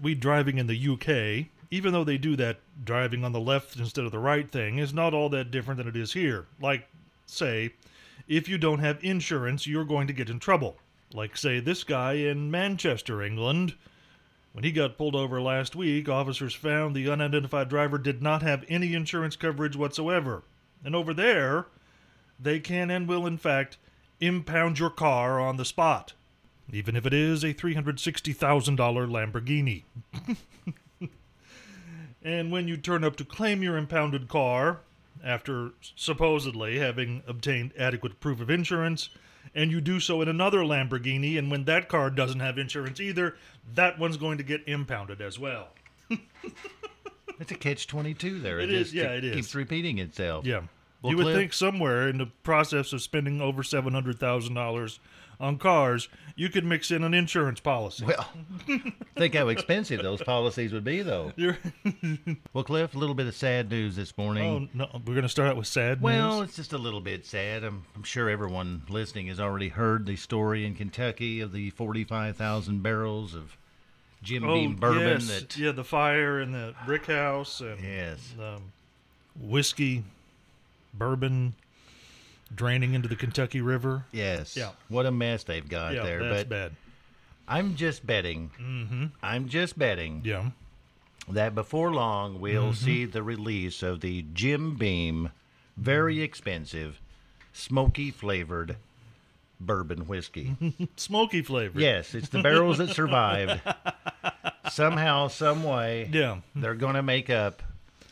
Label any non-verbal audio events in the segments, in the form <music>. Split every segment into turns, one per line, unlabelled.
Weed driving in the UK, even though they do that driving on the left instead of the right thing, is not all that different than it is here. Like, say, if you don't have insurance, you're going to get in trouble. Like, say, this guy in Manchester, England. When he got pulled over last week, officers found the unidentified driver did not have any insurance coverage whatsoever. And over there, they can and will, in fact, impound your car on the spot, even if it is a $360,000 Lamborghini. and when you turn up to claim your impounded car, after supposedly having obtained adequate proof of insurance, and you do so in another Lamborghini, and when that car doesn't have insurance either, that one's going to get impounded as well.
It's a catch 22 there.
It is,
just
yeah, it is.
Keeps repeating itself.
Yeah.
Well,
you would
Cliff-
think somewhere in the process of spending over $700,000 on cars, you could mix in an insurance policy.
Well, <laughs> think how expensive those policies would be, though.
<laughs> You're-
Well, Cliff, a little bit of sad news this morning.
oh, no. We're going to start out with sad
Well,
news.
it's just a little bit sad. I'm, I'm sure everyone listening has already heard the story in Kentucky of the 45,000 barrels of Jim Beam bourbon
Oh, yes.
that.
Yeah, the fire in the brick house and
Yes.
um, whiskey, bourbon draining into the Kentucky River.
Yes.
Yeah.
What a mess they've got
yeah,
there.
that's
but
bad. Mm-hmm.
I'm just betting. I'm just betting
Yeah.
that before long we'll
Mm-hmm.
see the release of the Jim Beam, very
Mm-hmm.
expensive, smoky flavored bourbon whiskey.
<laughs> Smoky flavor.
yes, it's the barrels that
<laughs>
survived. Somehow, some way,
Yeah.
they're going to make up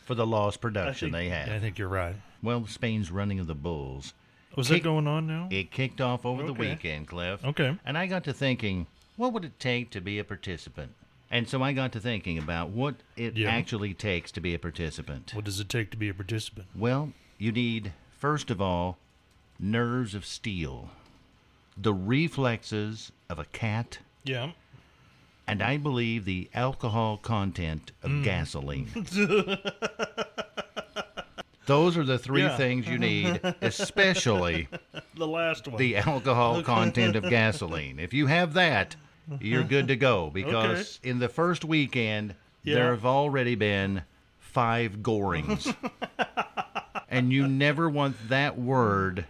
for the lost
I
production they
think,
had.
I think you're right.
Well, Spain's running of the Bulls.
Was
Kick-
that going on now?
It kicked off over the
Okay.
weekend, Cliff.
Okay.
And I got to thinking, what would it take to be a participant? And so I got to thinking about what it
Yeah.
actually takes to be a participant.
What does it take to be a participant?
Well, you need, first of all, nerves of steel, the reflexes of a cat,
Yeah.
and I believe the alcohol content of gasoline. Those are the three
Yeah.
things you need, especially
The last one.
the <laughs> alcohol content of gasoline. If you have that,
Mm-hmm.
you're good to go because in the first weekend,
Yeah.
there have already been five
<laughs>
gorings. and you never want that word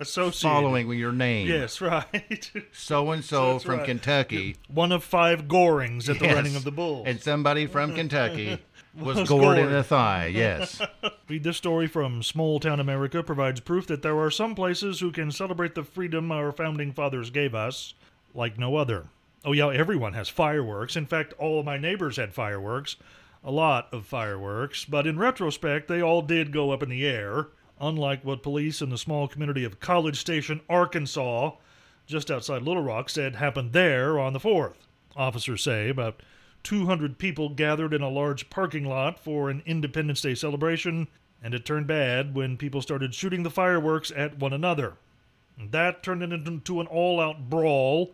Associated.
following with your name.
Yes, <laughs> right.
So and so
That's
from
right.
Kentucky.
one of five gorings at the
Yes.
running of the Bulls.
And somebody
<laughs>
from Kentucky was,
Was
gored, in
gored.
the thigh.
<laughs>
Yes.
Read this story from Small Town America provides proof that there are some places who can celebrate the freedom our founding fathers gave us like no other. Oh, yeah, everyone has fireworks. In fact, all of my neighbors had fireworks, a lot of fireworks, but in retrospect, they all did go up in the air, unlike what police in the small community of College Station, Arkansas, just outside Little Rock, said happened there on the 4th. Officers say about 200 people gathered in a large parking lot for an Independence Day celebration, and it turned bad when people started shooting the fireworks at one another. That turned it into an all out brawl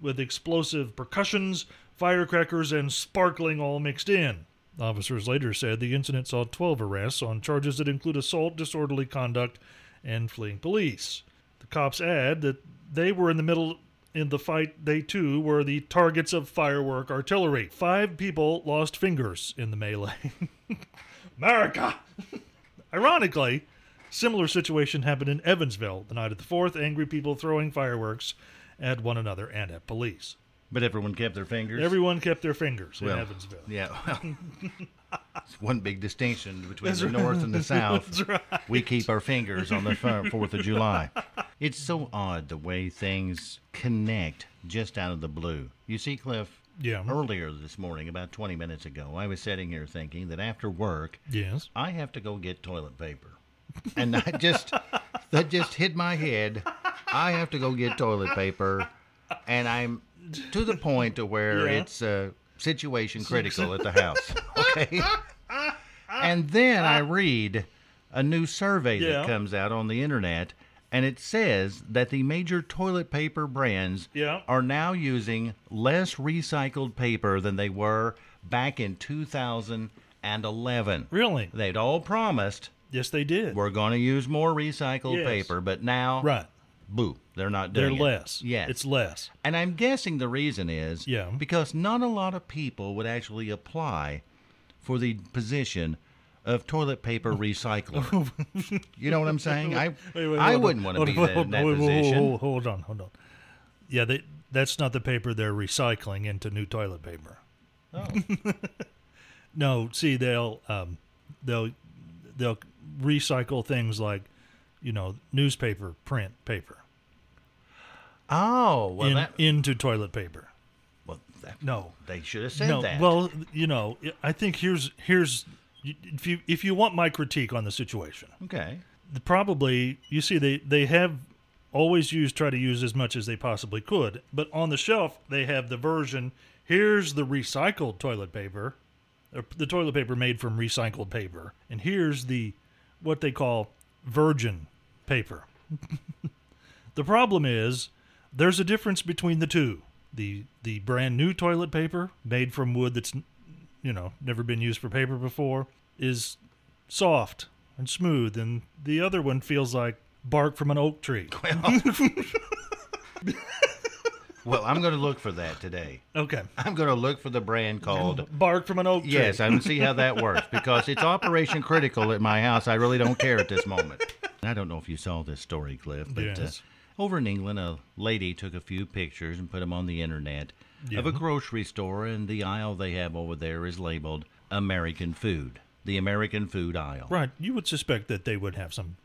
with explosive percussions, firecrackers, and sparkling all mixed in. Officers later said the incident saw 12 arrests on charges that include assault, disorderly conduct, and fleeing police. The cops add that they were in the middle in the fight, they too were the targets of firework artillery. Five people lost fingers in the melee. <laughs> America! Ironically, similar situation happened in Evansville the night of the 4th, angry people throwing fireworks at one another and at police.
But everyone kept their fingers.
Everyone kept their fingers
Well,
in Evansville.
Yeah. Well, <laughs> it's one big distinction between the North and the South. We keep our fingers on the fir- Fourth of July. It's so odd the way things connect just out of the blue. You see, Cliff.
Yeah.
Earlier this morning, about 20 minutes ago, I was sitting here thinking that after work,
Yes.
I have to go get toilet paper. And I just that just hit my head. I have to go get toilet paper. and I'm to the point to where
Yeah.
it's uh, situation critical at the house. <laughs> Okay. and then I read a new survey
Yeah.
that comes out on the internet, and it says that the major toilet paper brands
Yeah.
are now using less recycled paper than they were back in 2011.
Really?
They'd all promised
Yes, they did.
we're going to use more recycled
Yes.
paper, but now,
Right.
boo, they're not
They're
doing it.
less.
Yes.
It's less.
And I'm guessing the reason is
Yeah.
because not a lot of people would actually apply for the position of toilet
<laughs>
paper recycler. you know what I'm saying? I
Wait, wait,
I
hold
wouldn't
on.
want to be
Hold
that,
on,
in that
hold on,
position.
Hold, hold on, hold on. Yeah, they, that's not the paper they're recycling into new toilet paper.
Oh.
<laughs> no, see, they'll um, they'll they'll recycle things like you know newspaper, print paper
Oh, well
in,
that
into toilet paper.
well that,
No,
they should have said
no.
that.
Well, you know, I think here's here's if you if you want my critique on the situation.
okay.
probably you see they they have always used try to use as much as they possibly could but on the shelf they have the version here's the recycled toilet paper or the toilet paper made from recycled paper and here's the what they call virgin paper <laughs> the problem is there's a difference between the two the the brand new toilet paper made from wood that's you know never been used for paper before is soft and smooth and the other one feels like bark from an
<laughs>
oak tree
Well, I'm going to look for that today.
okay
I'm going to look for the
<laughs>
brand called
bark from an oak tree
Yes, I'm going to see how that works because it's operation critical at my house. I really don't care at this moment. And I don't know if you saw this story, Cliff, but
Yes.
uh, over in England, a lady took a few pictures and put them on the internet of a grocery store, and the aisle they have over there is labeled American food, the American food aisle.
right you would suspect that they would have some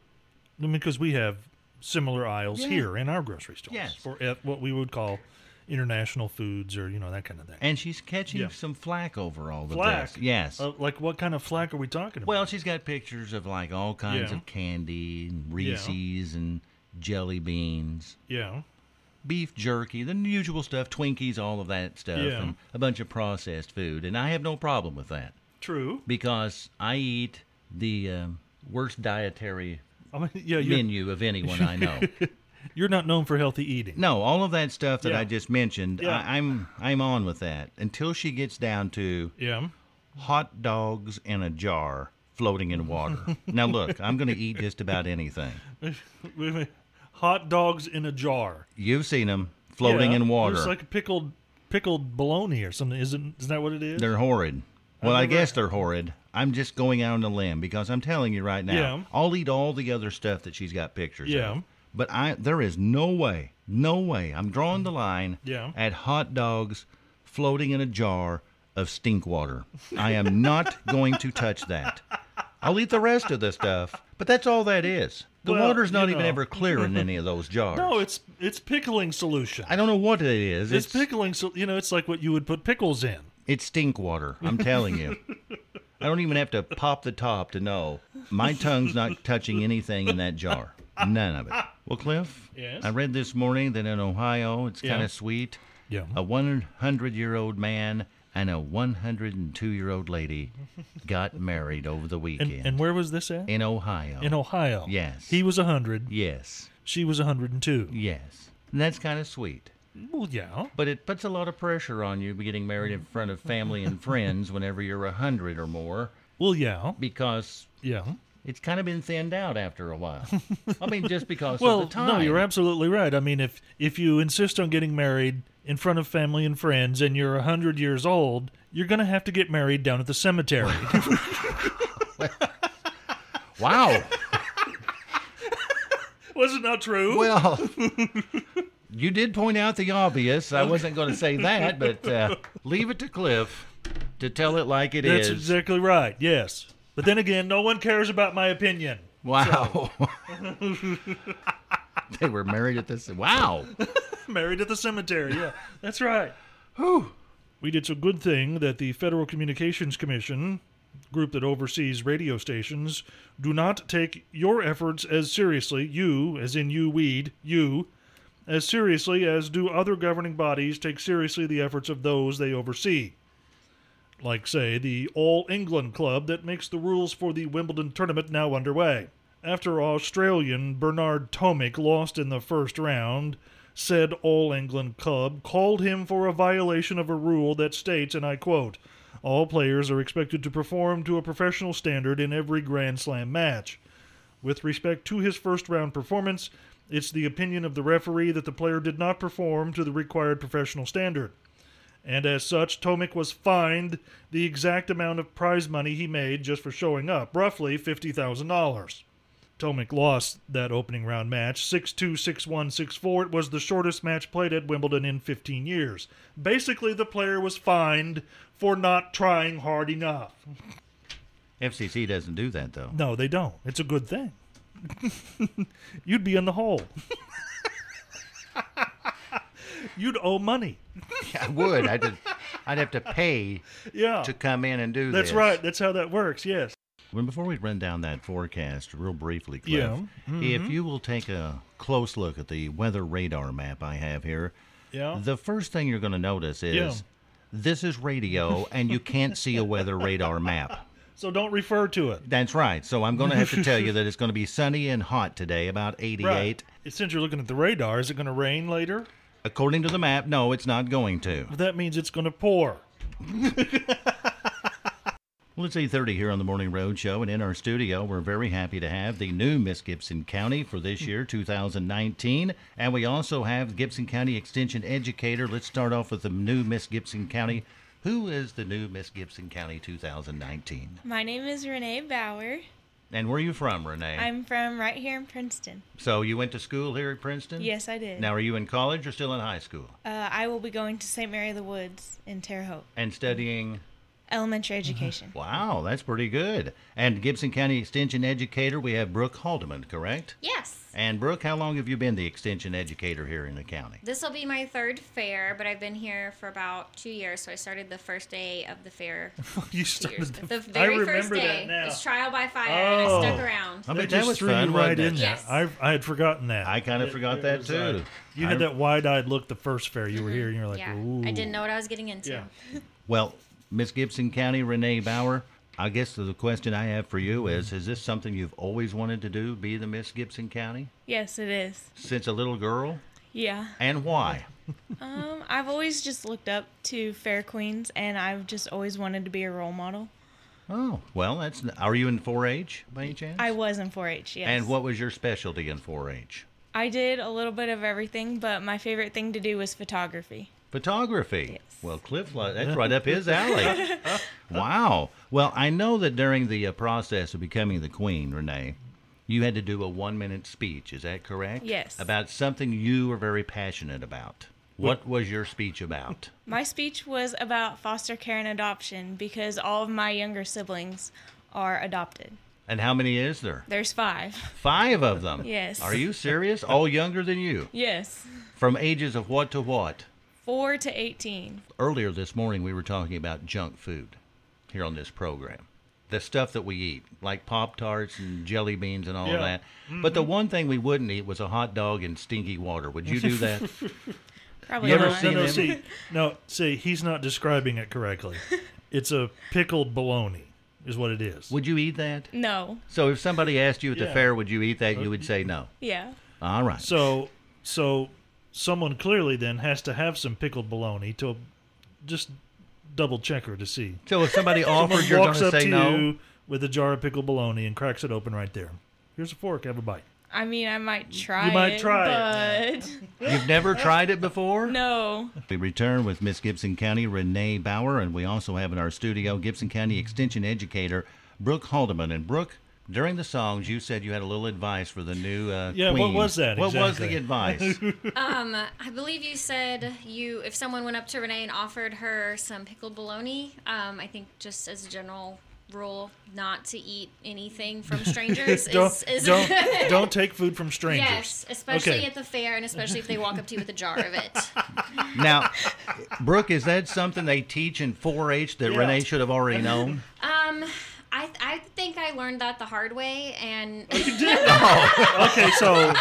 I mean, because we have similar aisles here in our grocery stores
Yes.
for uh, what we would call international foods or you know that kind of thing
And she's catching
Yeah.
some flack over all of
flack
this. Yes.
Uh, like what kind of flack are we talking about
Well, she's got pictures of like all kinds
Yeah.
of candy, and Reese's, and jelly beans.
yeah
beef jerky, the usual stuff, Twinkies, all of that stuff,
Yeah.
and a bunch of processed food. And I have no problem with that
true
because I eat the um, worst dietary
i mean <laughs> yeah you're,
menu of anyone I
<laughs>
know.
you're not known for healthy eating
no, all of that stuff that
Yeah.
I just mentioned,
Yeah.
I, I'm I'm on with that until she gets down to
yeah
hot dogs in a jar floating in
<laughs>
water. now look, I'm going to eat just about anything.
Wait a minute. hot dogs in a jar
You've seen them floating
Yeah,
in water.
It's like pickled pickled bologna or something. Isn't is that what it is?
They're horrid. Well, I
never-
guess they're horrid. I'm just going out on a limb because I'm telling you right now,
Yeah.
I'll eat all the other stuff that she's got pictures
Yeah.
of. But I there is no way, no way. I'm drawing the line
Yeah.
at hot dogs floating in a jar of stink water. I am not <laughs> going to touch that. I'll eat the rest of the stuff, but that's all that is. The
Well,
water's not
you
even
know.
ever clear in any of those
<laughs>
jars.
no, it's it's pickling solution.
I don't know what it is.
it's, pickling. So you know, it's like what you would put pickles in.
It's stink water. I'm telling you. I don't even have to pop the top to know my tongue's not touching anything in that jar. None of it. Well, Cliff,
Yes?
I read this morning that in Ohio, it's
Yeah.
kind of sweet.
Yeah.
A 100 year old man and a 102 year old lady got married over the
and,
weekend
and where was this at?
in Ohio.
in Ohio.
Oh, Yes.
He was hundred.
yes,
She was hundred and two.
yes. And that's kind of sweet.
Well, yeah.
But it puts a lot of pressure on you getting married in front of family and friends whenever you're 100 or more
Well, yeah.
because
Yeah.
it's kind of been thinned out after a while. I mean, just because
Well,
of the time.
no, you're absolutely right. I mean, if if you insist on getting married in front of family and friends, and you're hundred years old, you're gonna have to get married down at
<laughs>
the cemetery. <laughs> <laughs>
Wow.
was it not true?
Well, you did point out the obvious. I wasn't going to say that, but uh, leave it to Cliff to tell it like it is.
That's exactly right. Yes. But then again, no one cares about my opinion. <laughs>
wow. <laughs> they were married at this. Wow.
Married at the cemetery. Yeah, that's right. We did so good thing that the Federal Communications Commission, group that oversees radio stations, do not take your efforts as seriously, you, as in you weed, you, as seriously as do other governing bodies take seriously the efforts of those they oversee. Like, say, the All England Club that makes the rules for the Wimbledon tournament now underway. After Australian Bernard Tomic lost in the first round, said All England Club called him for a violation of a rule that states, and I quote, all players are expected to perform to a professional standard in every Grand Slam match. With respect to his first round performance, it's the opinion of the referee that the player did not perform to the required professional standard. And as such, Tomic was fined the exact amount of prize money he made just for showing up, roughly $50,000. Tomic lost that opening round match 6 2, 6 1, 6 4. It was the shortest match played at Wimbledon in 15 years. Basically, the player was fined for not trying hard enough.
FCC doesn't do that though.
No, they don't. It's a good thing. <laughs> You'd be in the hole. You'd owe money.
I would. I'd, I'd have to pay
Yeah.
to come in and do
That's
this.
right. That's how that works. Yes.
Well, before we run down that forecast real briefly, Cliff,
Yeah. Mm-hmm.
if you will take a close look at the weather radar map I have here,
Yeah.
the first thing you're going to notice is
Yeah.
this is
<laughs>
radio and you can't see a weather radar map.
So don't refer to it.
That's right. So I'm going to have to tell you that it's going to be sunny and hot today, about 88.
Right. Since you're looking at the radar, is it going to rain later?
According to the map, no, it's not going to.
That means it's going to pour. <laughs>
Well, it's 8.30 here on the Morning Road Show, and in our studio, we're very happy to have the new Miss Gibson County for this
Hmm.
year, 2019. And we also have Gibson County Extension Educator. Let's start off with the new Miss Gibson County. Who is the new Miss Gibson County 2019?
My name is Renee Bauer.
And where are you from, Renee?
I'm from right here in Princeton.
so you went to school here at Princeton?
Yes, I did.
Now, are you in college or still in high school?
Uh, I will be going to St. Mary of the Woods in Terre Haute.
And studying?
Elementary
Mm-hmm.
education.
Wow, that's pretty good. And Gibson County Extension Educator, we have Brooke Haldeman, correct?
Yes.
And Brooke, how long have you been the extension educator here in the county?
This will be my third fair, but I've been here for about two years, so I started the first day of
<laughs>
the fair.
you
two years.
started
ago.
the,
The very
I remember
first day.
that now.
It's trial by fire,
Oh.
and I stuck around.
I
They
bet
just threw you
wasn't
right
it?
in there.
Yes.
I, I had forgotten that.
I kind of forgot that
was,
too.
uh, you had
I-
that wide-eyed look the first fair you were here, and you're like,
Mm-hmm. yeah.
"Ooh."
I didn't know what I was getting into.
Yeah.
Well, Miss Gibson County, Renee Bauer. I guess the question I have for you
Mm-hmm.
is: Is this something you've always wanted to do? Be the Miss Gibson County
Yes, it is.
since a little girl,
Yeah.
and why?
Um, I've always just looked up to fair queens, and I've just always wanted to be a role model.
Oh, well, that's. Are you in 4-H by any chance?
I was in 4-H. Yes.
And what was your specialty in 4-H?
I did a little bit of everything, but my favorite thing to do was photography.
Photography. Well, Cliff, li- that's right up his alley. wow. Well, I know that during the uh, process of becoming the queen, Renee, you had to do a one minute speech. Is that correct?
Yes.
About something you were very passionate about. What was your speech about?
My speech was about foster care and adoption because all of my younger siblings are adopted.
And how many is there?
There's five.
Five of them.
Yes.
Are you serious? All younger than you.
Yes.
From ages of what to what?
Four to 18.
Earlier this morning, we were talking about junk food here on this program. The stuff that we eat, like Pop Tarts and jelly beans and all
Yeah. Mm-hmm.
that. But the one thing we wouldn't eat was a hot dog and stinky water. Would you do that?
<laughs>
Probably
You ever
not.
seen
no, no,
him?
see, no, see, he's not describing it
<laughs>
correctly. It's a pickled bologna, is what it is.
would you eat that?
No.
So if somebody asked you at
Yeah.
the fair, would you eat that? You would say no.
Yeah.
All right.
So, so someone clearly then has to have some pickled bologna to just double check her to see.
So if
<laughs>
somebody offered, you're going
Walks
to
up
say
to
no.
you with a jar of pickled bologna and cracks it open right there. Here's a fork. Have a bite.
I mean, I might try
You might
it,
try
but
You've never tried it before?
<laughs> no.
We return with Miss Gibson County Renee Bauer, and we also have in our studio Gibson County Extension Educator Brooke Haldeman. And Brooke, during the songs, you said you had a little advice for the new uh,
Yeah, what
queen.
was that
What was
exactly?
the advice?
<laughs>
Um, I believe you said you if someone went up to Renee and offered her some pickled bologna, um, I think just as a general rule, not to eat
<laughs>
anything from strangers
Don't
is, is <laughs>
don't don't take food from strangers.
Yes, especially
Okay.
at the fair, and especially if they walk up to you with a jar
<laughs>
of it.
now, Brooke, is that something they teach in 4-H that
Yeah.
Renee should have already known?
Um, I I think I learned learned that the hard way, and
Okay, so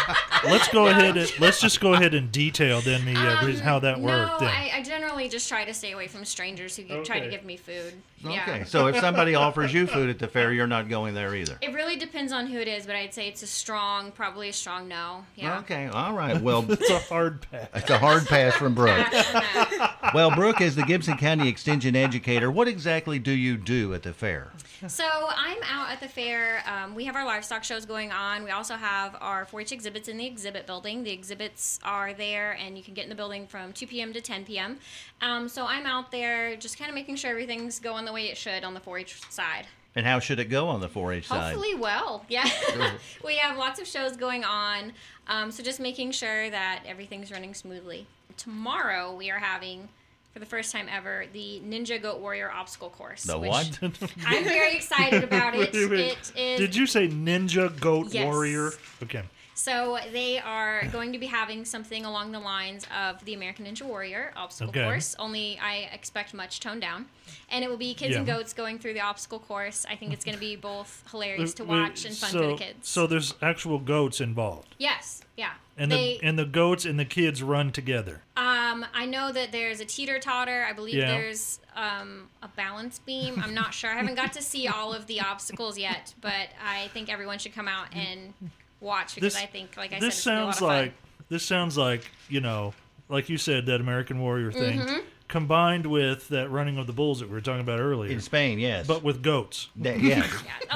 let's go ahead and let's just go ahead and detail then the uh, reason how that
Um,
worked.
No,
then.
I, I generally just try to stay away from strangers who get- try to
Okay.
give me food.
Okay,
Yeah.
so if somebody offers you food at the fair, you're not going there either.
It really depends on who it is, but I'd say it's a strong, probably a strong no. Yeah.
Okay, all right. Well,
it's a hard pass.
it's a hard pass from Brooke.
Okay.
Well, Brooke is the Gibson County Extension educator. What exactly do you do at the fair?
So I'm out at the fair. Um, we have our livestock shows going on. We also have our 4-H exhibits in the exhibit building. The exhibits are there, and you can get in the building from 2 p.m. to 10 p.m. Um, so I'm out there just kind of making sure everything's going the way it should on the 4-H side.
And how should it go on the 4-H side?
Hopefully, well, yeah. <laughs> we have lots of shows going on, um, so just making sure that everything's running smoothly. Tomorrow we are having, for the first time ever, the Ninja Goat Warrior obstacle course.
the
which
what? <laughs>
I'm very excited about
<laughs>
it.
Wait, wait.
It is
Did you say Ninja Goat
Yes.
Warrior? Okay.
so they are going to be having something along the lines of the American Ninja Warrior obstacle
Okay.
course. Only I expect much toned down, and it will be kids and
Yeah.
goats going through the obstacle course. I think it's going to be both hilarious to
Wait,
watch and fun
so,
for the kids.
So there's actual goats involved.
yes, yeah.
And
They-
the and the goats and the kids run together.
Um, I know that there's a teeter totter. I believe
Yeah.
there's um, a balance beam. I'm not sure. I haven't got to see all of the obstacles yet, but I think everyone should come out and watch because I think, like I said,
this
it's gonna be a lot
sounds
of fun.
like this sounds like you know, like you said, that American Warrior thing,
Mm-hmm.
combined with that running of the bulls that we were talking about earlier,
In Spain, yes.
but with goats.
Th- yeah.
<laughs> yeah, a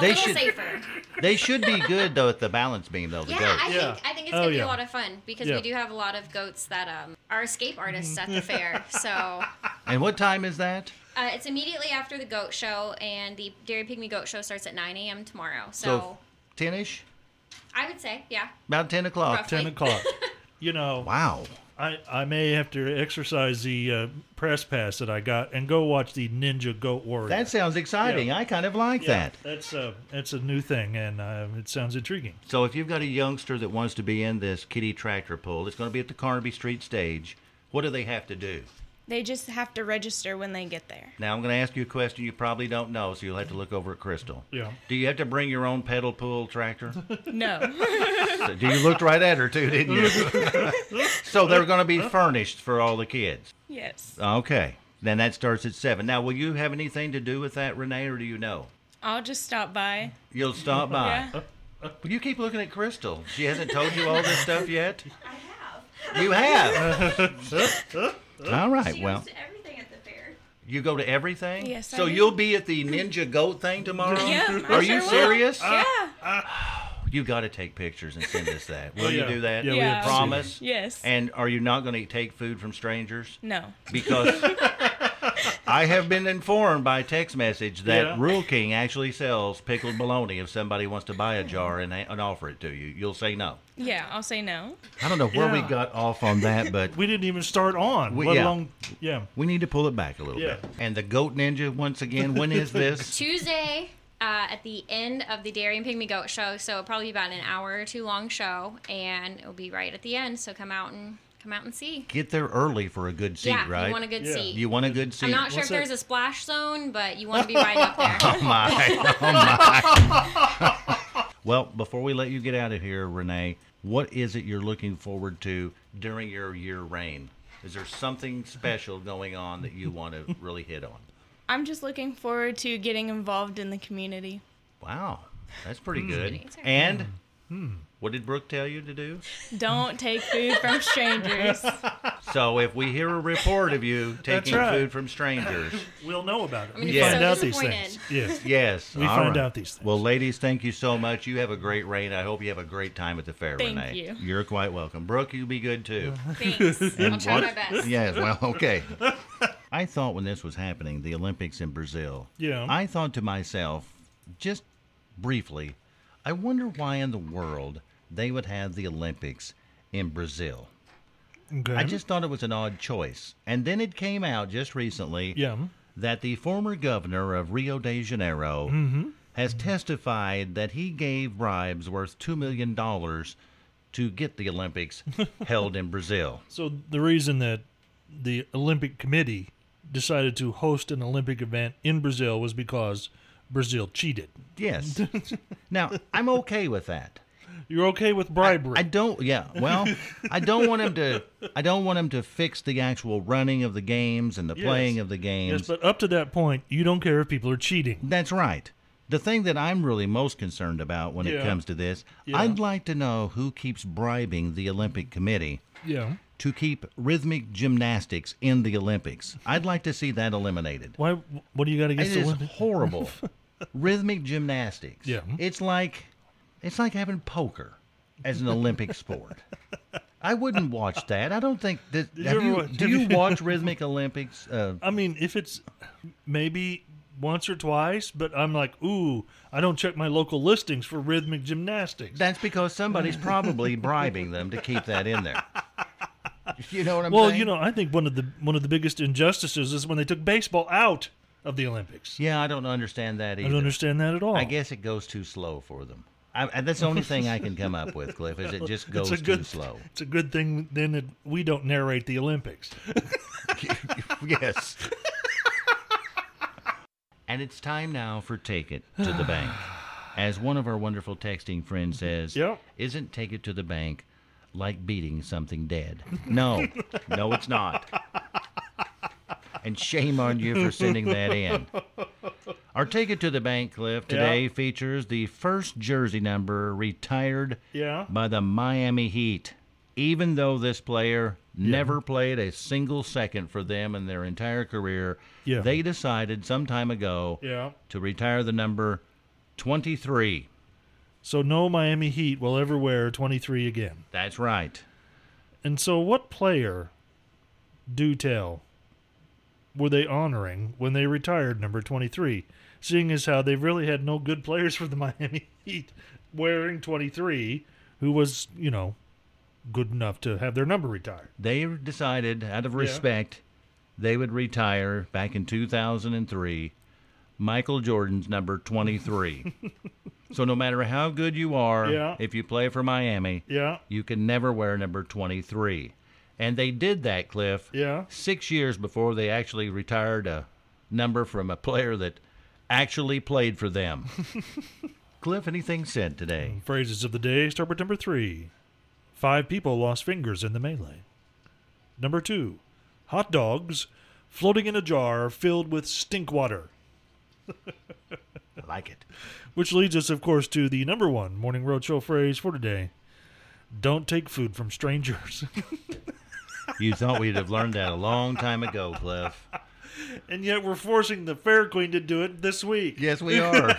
<laughs> They
little
should-
safer.
<laughs> They should be good though at the balance beam though. The
Yeah,
goats.
I
Yeah.
think I think it's
Oh,
gonna be
yeah.
a lot of fun because
Yeah.
we do have a lot of goats that um, are escape artists at the
<laughs>
fair. So uh,
And what time is that?
it's immediately after the goat show, and the dairy pygmy goat show starts at 9 a.m. tomorrow. So,
ten-ish,
I would say, yeah,
about ten o'clock.
Roughly.
Ten
<laughs>
o'clock. You know,
Wow.
I, I may have to exercise the uh, press pass that I got and go watch the Ninja Goat Warrior.
That sounds exciting.
Yeah.
I kind of like
Yeah,
that.
That's a that's a new thing, and uh, it sounds intriguing.
So if you've got a youngster that wants to be in this kitty tractor pull, it's going to be at the Carnaby Street stage. What do they have to do?
They just have to register when they get there.
Now I'm going to ask you a question you probably don't know, so you'll have to look over at Crystal.
Yeah.
Do you have to bring your own pedal pull tractor?
No.
Do you looked right at her too, didn't
<laughs>
you? so they're going to be furnished for all the kids.
yes.
Okay. Then that starts at seven. Now, will you have anything to do with that, Renee, or do you know?
I'll just stop by.
You'll stop by.
Yeah.
But You keep looking at Crystal. She hasn't told you all this stuff yet. I have. You
<laughs>
have. all right. Well,
everything at the fair.
you go to everything.
Yes, I
So
do.
you'll be at the Ninja Goat thing tomorrow.
Yeah, I
Are you
sure will. Uh,
serious?
yeah.
You got to take pictures and send us that. Will
Oh, yeah.
you do that?
Yeah,
we have to see that.
Promise.
Yes.
And are you not going to take food from strangers?
no.
because I have been informed by text message that
Yeah.
Rule King actually sells pickled bologna. If somebody wants to buy a jar and, and offer it to you, you'll say no.
Yeah, I'll say no.
I don't know where we
Yeah.
got off on that, but
<laughs> We didn't even start on.
We-
let
yeah.
alone yeah.
we need to pull it back a little
Yeah.
bit. And the Goat Ninja, once again, when is
<laughs>
this?
Tuesday uh, at the end of the Dairy and Pygmy Goat show, so it'll probably be about an hour or two long show, and it'll be right at the end. So come out and come out and see.
Get there early for a good seat,
yeah,
right?
you want a good
Yeah.
seat.
You want a good seat.
I'm not sure
What's
if there's
that?
a splash zone, but you want to be right up there.
Oh <laughs>
<laughs>
my, oh my.
Oh
well, before we let you get out of here, Renee, what is it you're looking forward to during your year reign? Is there something special going on that you want to really hit on?
I'm just looking forward to getting involved in the community.
Wow, that's pretty
Hmm.
good.
answer.
And
Hmm.
what did Brooke tell you to do?
Don't take food
<laughs>
from strangers.
So if we hear a report of you taking
right.
food from strangers,
We'll know about it.
I'm gonna
be Yeah. so
find out these
disappointed.
things. Yeah.
yes,
We
all
find out these things.
Well, ladies, thank you so much. You have a great reign. I hope you have a great time at the fair,
Thank
Renee.
you.
You're quite welcome. Brooke, you be good too.
Thanks. I'll try my
what-
best.
Yes, well, okay. I thought when this was happening, the Olympics in Brazil,
Yeah.
I thought to myself, just briefly, I wonder why in the world they would have the Olympics in Brazil.
Okay.
<laughs> I just thought it was an odd choice. And then it came out just recently
yeah.
that the former governor of Rio de Janeiro
Mm-hmm.
has testified that he gave bribes worth $2 million to get the Olympics
<laughs>
held in Brazil.
So the reason that the Olympic Committee decided to host an Olympic event in Brazil was because Brazil cheated. <laughs>
Yes. now, I'm okay with that.
You're okay with bribery.
I don't. Yeah. Well, I don't want him
<laughs>
to. I don't want him to fix the actual running of the games and the
Yes.
playing of the games.
yes, but up to that point, you don't care if people are cheating.
That's right. The thing that I'm really most concerned about when it
Yeah.
comes to this,
Yeah.
I'd like to know who keeps bribing the Olympic Committee
Yeah.
to keep rhythmic gymnastics in the Olympics. I'd like to see that eliminated.
Why? What do you got
It
against the
is
Olympic?
horrible. <laughs> rhythmic gymnastics.
Yeah.
It's like it's like having poker as an Olympic sport. I wouldn't watch that. I don't think that
Did you
have
ever
you,
watch-
do you watch rhythmic Olympics uh,
I mean, if it's maybe once or twice, but I'm like, ooh, I don't check my local listings for rhythmic gymnastics.
That's because somebody's probably bribing them to keep that in there. You know what I'm
well,
saying?
you know, I think one of the one of the biggest injustices is when they took baseball out of the Olympics.
Yeah, I don't understand that
I
either.
don't understand that at all.
I guess it goes too slow for them. I, I- that's the only thing I can come up with, Cliff, is it
<laughs>
just goes
it's a good,
too slow.
It's a good thing then that we don't narrate
<laughs>
the Olympics.
yes. and it's time now for Take It to the Bank. As one of our wonderful texting friends says,
Yep.
isn't Take It to the Bank like beating something dead?
<laughs>
No, no, it's not. And shame on you for sending that in. Our Take It to the Bank clip today
Yeah.
features the first jersey number retired
Yeah.
by the Miami Heat, even though this player never played a single second for them in their entire career.
Yeah.
They decided some time ago
Yeah.
to retire the number 23.
So no Miami Heat will ever wear 23 again.
That's right.
And so what player do tell were they honoring when they retired number 23? Seeing as how they've really had no good players for the <laughs> Miami Heat wearing 23 who was, you know, good enough to have their number retired.
They decided, out of respect, they would retire back in 2003 Michael Jordan's number 23.
<laughs>
so no matter how good you are,
Yeah.
if you play for Miami,
Yeah.
you can never wear number 23. And they did that, Cliff,
Yeah.
six years before they actually retired a number from a player that actually played for <laughs> them. Cliff, anything said today?
Phrases of the day start with number three. Five people lost fingers in the melee. Number two, hot dogs floating in a jar filled with stink water.
I like it.
Which leads us, of course, to the number one Morning Roadshow phrase for today Don't take food from strangers. <laughs>
You thought we'd have learned that a long time ago, Cliff.
and yet we're forcing the Fair Queen to do it this week.
Yes, we are.